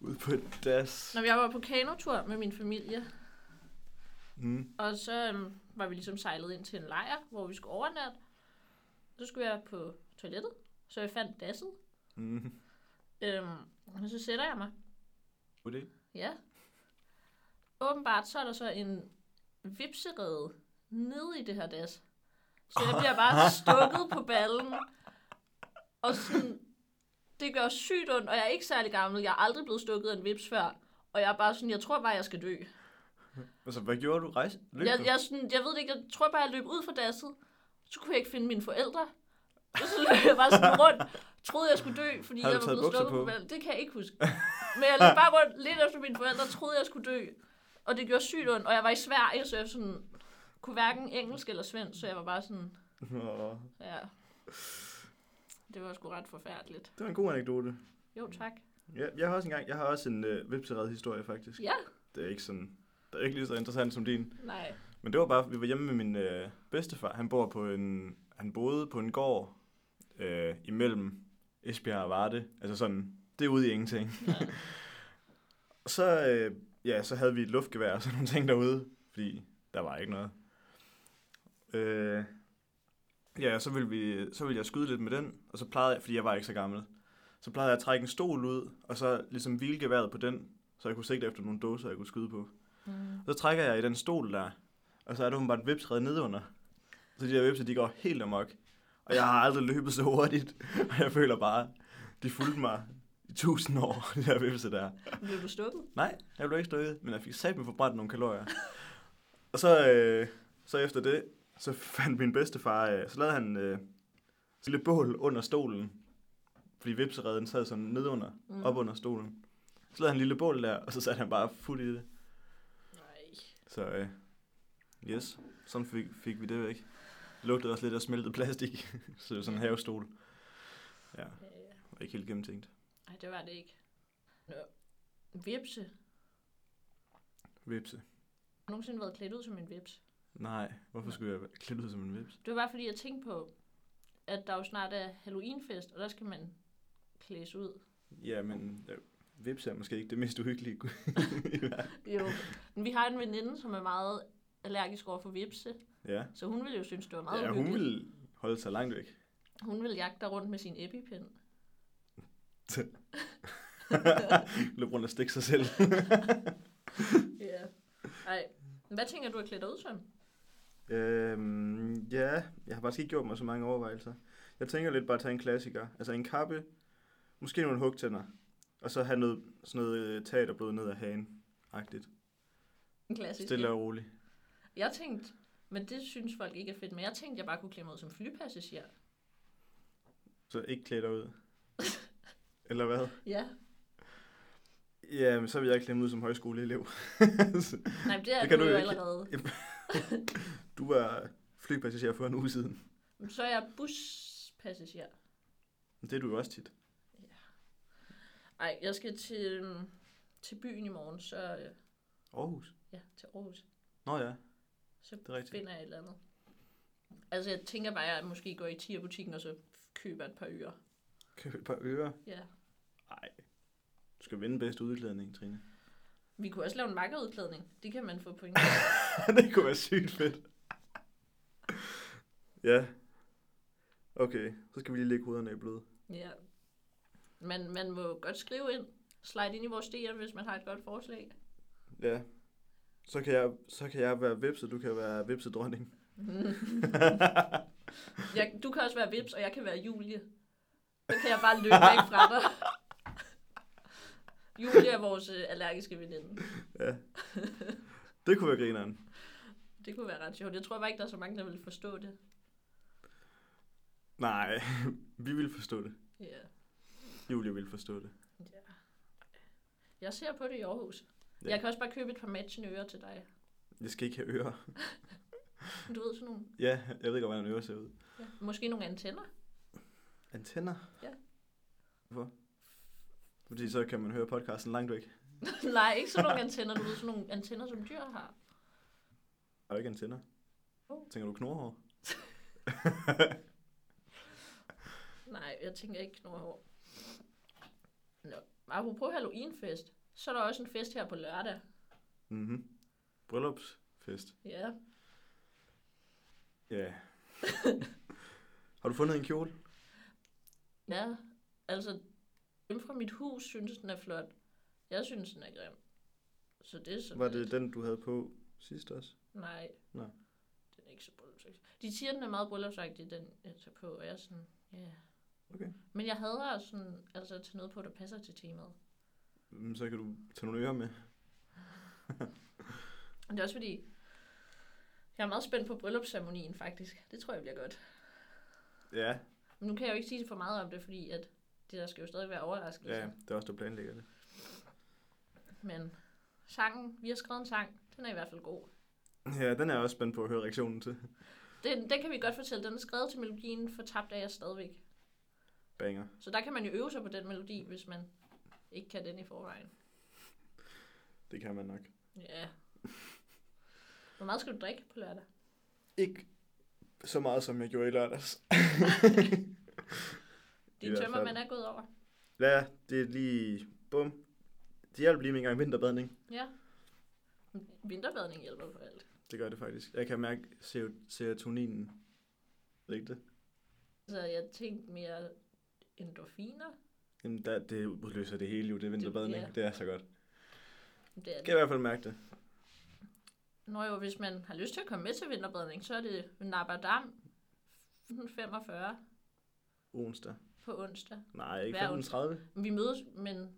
Ude på et das. Når jeg var på kanotur med min familie, Mm. og så øhm, var vi ligesom sejlet ind til en lejr, hvor vi skulle overnatte. Så skulle jeg på toilettet, så jeg fandt dasset. Mm. Øhm, og så sætter jeg mig. God idé. Ja. Åbenbart så er der så en vipserede nede i det her das. Så jeg bliver bare stukket på ballen. Og sådan, det gør sygt ondt, og jeg er ikke særlig gammel. Jeg er aldrig blevet stukket af en vips før. Og jeg er bare sådan, jeg tror bare, jeg skal dø. Altså, hvad gjorde du? Rejse? Løb Jeg, du? jeg, er sådan, jeg ved det ikke, jeg tror bare, jeg løb ud fra dasset. Så kunne jeg ikke finde mine forældre. Og så løb jeg bare sådan rundt. Troede, jeg skulle dø, fordi Havde jeg du var taget blevet bukser stukket på. på? valg. Det kan jeg ikke huske. Men jeg løb bare rundt lidt efter mine forældre, troede, jeg skulle dø. Og det gjorde sygt ondt. Og jeg var i Sverige, så jeg sådan, kunne hverken engelsk eller svensk, så jeg var bare sådan, Åh, ja. Det var sgu ret forfærdeligt. det var en god anekdote. Jo, tak. Ja, jeg har også engang, jeg har også en øh, vipserede historie, faktisk. Ja, Det er ikke sådan, det er ikke lige så interessant som din. nej. Men det var bare, vi var hjemme med min øh, bedstefar. Han bor på en, han boede på en gård øh, imellem Esbjerg og Varde. Altså sådan, det er ude i ingenting. Ja. Og så, øh, ja, så havde vi et luftgevær og sådan nogle ting derude, fordi der var ikke noget. Øh, ja, så ville, vi, så ville jeg skyde lidt med den, og så plejede jeg, fordi jeg var ikke så gammel, så plejede jeg at trække en stol ud, og så ligesom hvile geværet på den, så jeg kunne sigte efter nogle dåser, jeg kunne skyde på. Mm. Så trækker jeg i den stol der, og så er der åbenbart et vips reddet nedunder. Så de der vipser, de går helt amok. Og jeg har aldrig løbet så hurtigt, og jeg føler bare, de fulgte mig i tusind år, de der vipser der. Blev du stukket? Nej, jeg blev ikke stukket, men jeg fik sat mig forbrændt nogle kalorier. og så, øh, så efter det, så fandt min bedstefar, øh, så lavede han øh, sådan et lille bål under stolen, fordi vipsereden sad sådan nedunder, Mm. mm. op under stolen. Så lavede han et lille bål der, og så satte han bare fuld i det. Nej. Så øh, yes, sådan fik, fik vi det væk. Det lugtede også lidt af smeltet plastik, så det var sådan en havestol. Ja, Ja. ikke helt gennemtænkt. Nej, det var det ikke. Nå. Vipse. Har Vipse. du nogensinde været klædt ud som en vips? Nej, hvorfor skulle jeg være klædt ud som en vips? Det var bare fordi, jeg tænkte på, at der jo snart er Halloweenfest, og der skal man klædes ud. Ja, men øh, vips er måske ikke det mest uhyggelige. Jo. Men vi har en veninde, som er meget allergisk over for vipse, ja. så hun ville jo synes, det var meget ja, hun uhyggeligt. ville holde sig langt væk. Hun ville jagte dig rundt med sin epipen. Løb rundt og stikke sig selv. Ja. Nej. Hvad tænker du at klæde dig ud som? Øhm, ja, jeg har faktisk ikke gjort mig så mange overvejelser. Jeg tænker lidt bare at tage en klassiker. Altså en kappe, måske nogle hugtænder, og så have noget, sådan noget øh, teaterblod ned ad hagen. Agtigt. En klassisk. Stille og roligt. Jeg tænkte, men det synes folk ikke er fedt, men jeg tænkte, jeg bare kunne klæde mig ud som flypassager. Så ikke klæde dig ud. Eller hvad? Ja. Ja, men så vil jeg klemme ud som højskoleelev. Nej, men det er Det det kan kan du jo jo ikke. allerede. du var flypassager for en uge siden. Så er jeg buspassager. Men Det er du jo også tit. Ej, jeg skal til, øhm, til byen i morgen, så øh, Aarhus. ja, til Aarhus. Nå ja, Så det er rigtigt. finder jeg et eller andet. Altså, jeg tænker bare, at jeg måske går i tierbutikken og så køber et par ører. Køb et par ører. Ja. Nej. Du skal vinde bedst udklædning, Trine. Vi kunne også lave en makkerudklædning. Det kan man få point. det kunne være sygt fedt. ja. Okay, så skal vi lige lægge hovederne i blod. ja. Man, man må godt skrive ind. Slide ind i vores DM, hvis man har et godt forslag. Ja. Så kan jeg, så kan jeg være vipse, du kan være vipsedronning. Jeg, du kan også være Vips, og jeg kan være Julie. Så kan jeg bare løbe væk fra dig. Julie er vores øh, allergiske veninde. Ja. Det kunne være grineren. Det kunne være ret sjovt. Jeg tror bare ikke, der er så mange, der vil forstå det. Nej, vi vil forstå det. Ja. Julie vil forstå det. ja. Jeg ser på det i Aarhus. Ja. Ja. Jeg kan også bare købe et par matchende ører til dig. Jeg skal ikke have ører. Du ved sådan nogle, Ja, jeg ved ikke, hvordan ører ser ud. ja. måske nogle antenner. Antenner? Ja. Hvorfor? Fordi så kan man høre podcasten langt væk. Nej, ikke sådan nogle antenner. Du ved sådan nogle antenner, som dyr har. Er der ikke antenner? Jo. Tænker du knorhår? Nej, jeg tænker ikke knorhår. Nå, apropos Halloweenfest, så er der også en fest her på lørdag. Mhm. Bryllupsfest. Ja, Ja. Har du fundet en kjole? Ja, altså dem fra mit hus synes, den er flot. Jeg synes, den er grim. Så det er sådan Var det lidt- den, du havde på sidst også? Nej. Nå. Den er ikke så bryllupsagtig. De siger, den er meget bryllupsagtig, den jeg tager på, og jeg er sådan, ja. Yeah. Okay. Men jeg hader også sådan, altså at tage noget på, der passer til temaet. Mm, Så kan du tage nogle ører med. Men det er også fordi, jeg er meget spændt på bryllupsceremonien faktisk. Det tror jeg bliver godt. Ja, Men nu kan jeg jo ikke sige for meget om det, fordi at det der skal jo stadig være overraskelse. ja det er også der planlægger det. Men sangen, vi har skrevet en sang, den er i hvert fald god. Ja, den er jeg også spændt på at høre reaktionen til. Den, den kan vi godt fortælle. Den er skrevet til melodien for Tabt er jeg stadigvæk. Banger. Så der kan man jo øve sig på den melodi, hvis man ikke kan den i forvejen. Det kan man nok. Ja. Hvor meget skal du drikke på lørdag? Ikke så meget, som jeg gjorde i lørdags. I Din hvert tømmermand er gået over. Ja, det er lige... Bum. Det hjælper lige med en gang vinterbadning. Ja. Vinterbadning hjælper på alt. Det gør det faktisk. Jeg kan mærke sero- serotoninen. Ved ikke det? Så Altså, jeg tænkte mere endorfiner. Jamen, der, det udløser det hele jo, det er vinterbadning. ja. Det er så godt. Det er Kan jeg det. i hvert fald mærke det. Nå jo, hvis man har lyst til at komme med til vinterbadning, så er det Nabadam 45 Onsdag. på onsdag. Nej, ikke Hver onsdag. 15.30. Vi mødes, men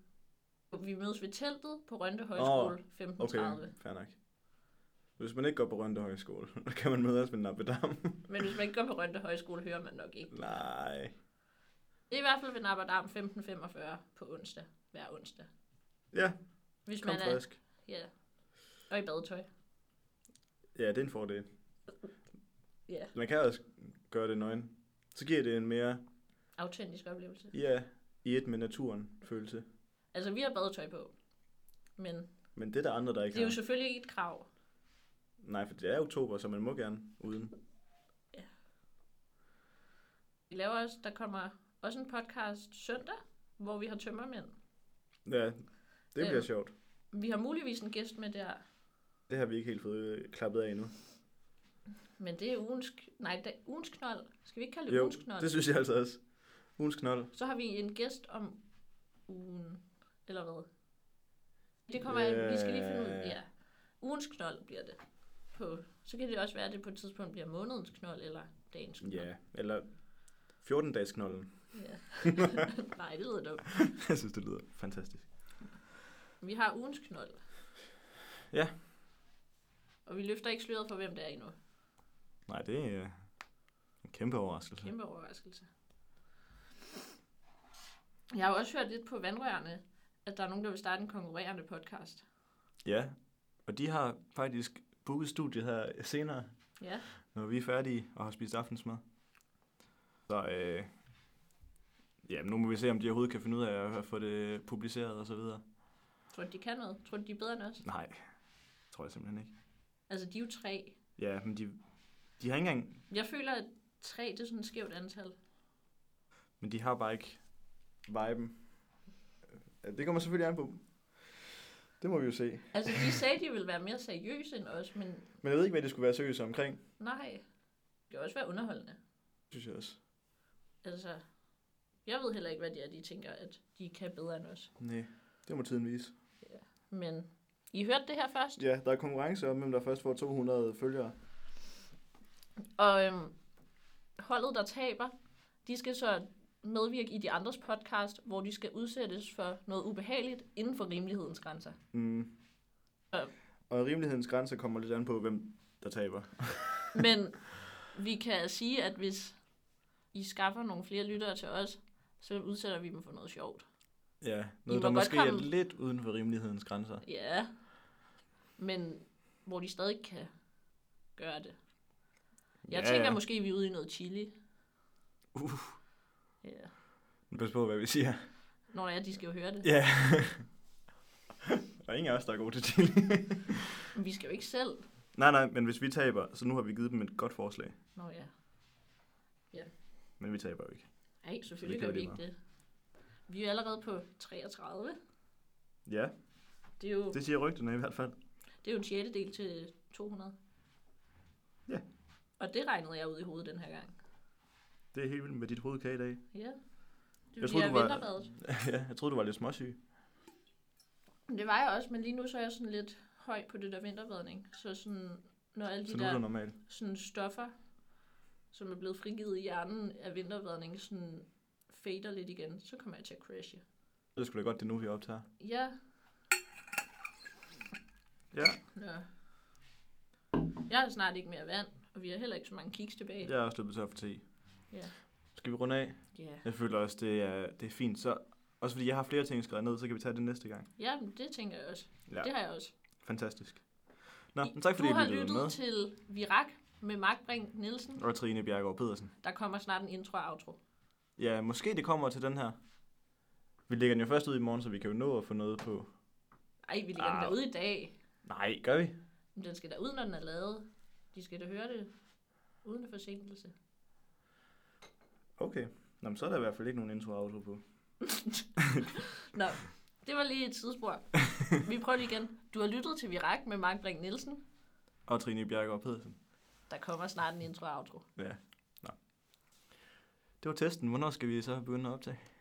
vi mødes ved teltet på Rønte Højskole 15.30. Okay, fair nok. Hvis man ikke går på Rønde Højskole, kan man møde os med Nappedam. Men hvis man ikke går på Rønte Højskole, hører man nok ikke. Nej. Det er i hvert fald ved Napperdam 15.45 på onsdag. Hver onsdag. Ja, Hvis kom man er, frisk. ja, og i badetøj. Ja, det er en fordel. Ja, Man kan også gøre det nøgen. Så giver det en mere, autentisk oplevelse. ja, i et med naturen følelse. Altså, vi har badetøj på. Men Men det er der andre, der ikke det er jo har. selvfølgelig ikke et krav. Nej, for det er oktober, så man må gerne uden. Vi laver også, der kommer også en podcast søndag, hvor vi har tømmermænd. Ja, det Ja. bliver sjovt. Vi har muligvis en gæst med der, Det har vi ikke helt fået øh, klappet af endnu. men det er ugens, nej, det er ugens knold. Skal vi ikke kalde det Jo, ugens knold? det synes jeg altså også. Ugens knold. Så har vi en gæst om ugen, eller hvad? Det kommer, vi skal lige finde ud. Ja. Ja. Ugens knold bliver det. på, så kan det også være, at det på et tidspunkt bliver månedens knold eller dagens knold. Ja, eller 14-dages knolden. Ja. Nej, det lyder dumt. Jeg synes, det lyder fantastisk. Vi har ugens knold. Ja. Og vi løfter ikke sløret for, hvem det er endnu. Nej, det er øh, en kæmpe overraskelse. Kæmpe overraskelse. Jeg har jo også hørt lidt på vandrørene, at der er nogen, der vil starte en konkurrerende podcast. Ja, og de har faktisk booket studiet her senere, Ja, når vi er færdige og har spist aftensmad. Så øh, ja, nu må vi se, om de overhovedet kan finde ud af at få det publiceret og så videre. tror du, de kan noget? Tror du, de er bedre end os? Nej, tror jeg simpelthen ikke. Altså, de er jo tre. Ja, men de, de har ikke engang, Jeg føler, at tre det er sådan et skævt antal. men de har bare ikke viben. Ja, Det kommer selvfølgelig an på. Det må vi jo se. Altså, de sagde, de ville være mere seriøse end os, men Men jeg ved ikke, hvad det skulle være seriøst omkring, nej. Det kan også være underholdende. synes jeg også. Altså, jeg ved heller ikke, hvad de er, de tænker, at de kan bedre end os. Nej, det må tiden vise. Men I hørte det her først, Ja, der er konkurrence om, hvem der først får 200 følgere. og øhm, holdet, der taber, de skal så medvirke i de andres podcast, hvor de skal udsættes for noget ubehageligt inden for rimelighedens grænser. Mm. Ja. Og rimelighedens grænser kommer lidt an på, hvem der taber. Men vi kan sige, at hvis I skaffer nogle flere lyttere til os, så udsætter vi dem for noget sjovt. Ja, I må noget, der godt måske er komme- lidt uden for rimelighedens grænser. Ja. Men hvor de stadig kan gøre det. Jeg Ja, ja, tænker ja. måske, vi er ude i noget chili. Uh. Ja. Pas på, hvad vi siger. Nå ja, de skal jo høre det. Ja. der er ingen af os, der er gode til chili. Men vi skal jo ikke selv. nej, nej, men hvis vi taber, så nu har vi givet dem et godt forslag. Nå ja. Men vi taber jo ikke. Nej, selvfølgelig kan gør vi vi ikke det. Vi er allerede på 33. Ja, Det er jo, det siger rygterne i hvert fald. det er jo en sjettedel til 200. Ja. Og det regnede jeg ud i hovedet den her gang. Det er helt vildt med dit hovedkage i dag. Ja. Det Jeg jeg troede, troede, du du var- var... ja, jeg troede, du var lidt småsyg. Det var jeg også, men lige nu så er jeg sådan lidt høj på det der vinterbadning. Så sådan, når alle de Så nu er der du normal. sådan stoffer, som er blevet frigivet i hjernen af vinterbadning, sådan fader lidt igen, så kommer jeg til at crashe. Det skulle da godt, det er nu, vi optager. Ja, Ja, nå. Jeg har snart ikke mere vand, og vi har heller ikke så mange kiks tilbage. jeg er også løbet tør for te. Ja. Skal vi runde af? Ja, Jeg føler også, det er, det er fint. Så, også fordi jeg har flere ting skrevet ned, så kan vi tage det næste gang. ja men det tænker jeg også. Ja. Ja. Det har jeg også. Fantastisk. Nå, men tak fordi du I har lyttede lyttet med. til Virak med Mark Brink Nielsen. Og Trine Bjergaard Pedersen. Der kommer snart en intro og outro. Ja, måske det kommer til den her. Vi lægger den jo først ud i morgen, så vi kan jo nå at få noget på. Ej, vi ligger den Ah. derude i dag. Nej, gør vi? Men den skal da ud, når den er lavet. De skal da høre det uden forsinkelse. Okay. Nå, men så er der i hvert fald ikke nogen intro og outro på. Nå, det var lige et tidsspur. Vi prøver lige igen. Du har lyttet til Virak med Mark Brink Nielsen. Og Trine Bjergaard Pedersen. Der kommer snart en intro og outro. Ja. Nå. Det var testen. Hvornår skal vi så begynde at optage?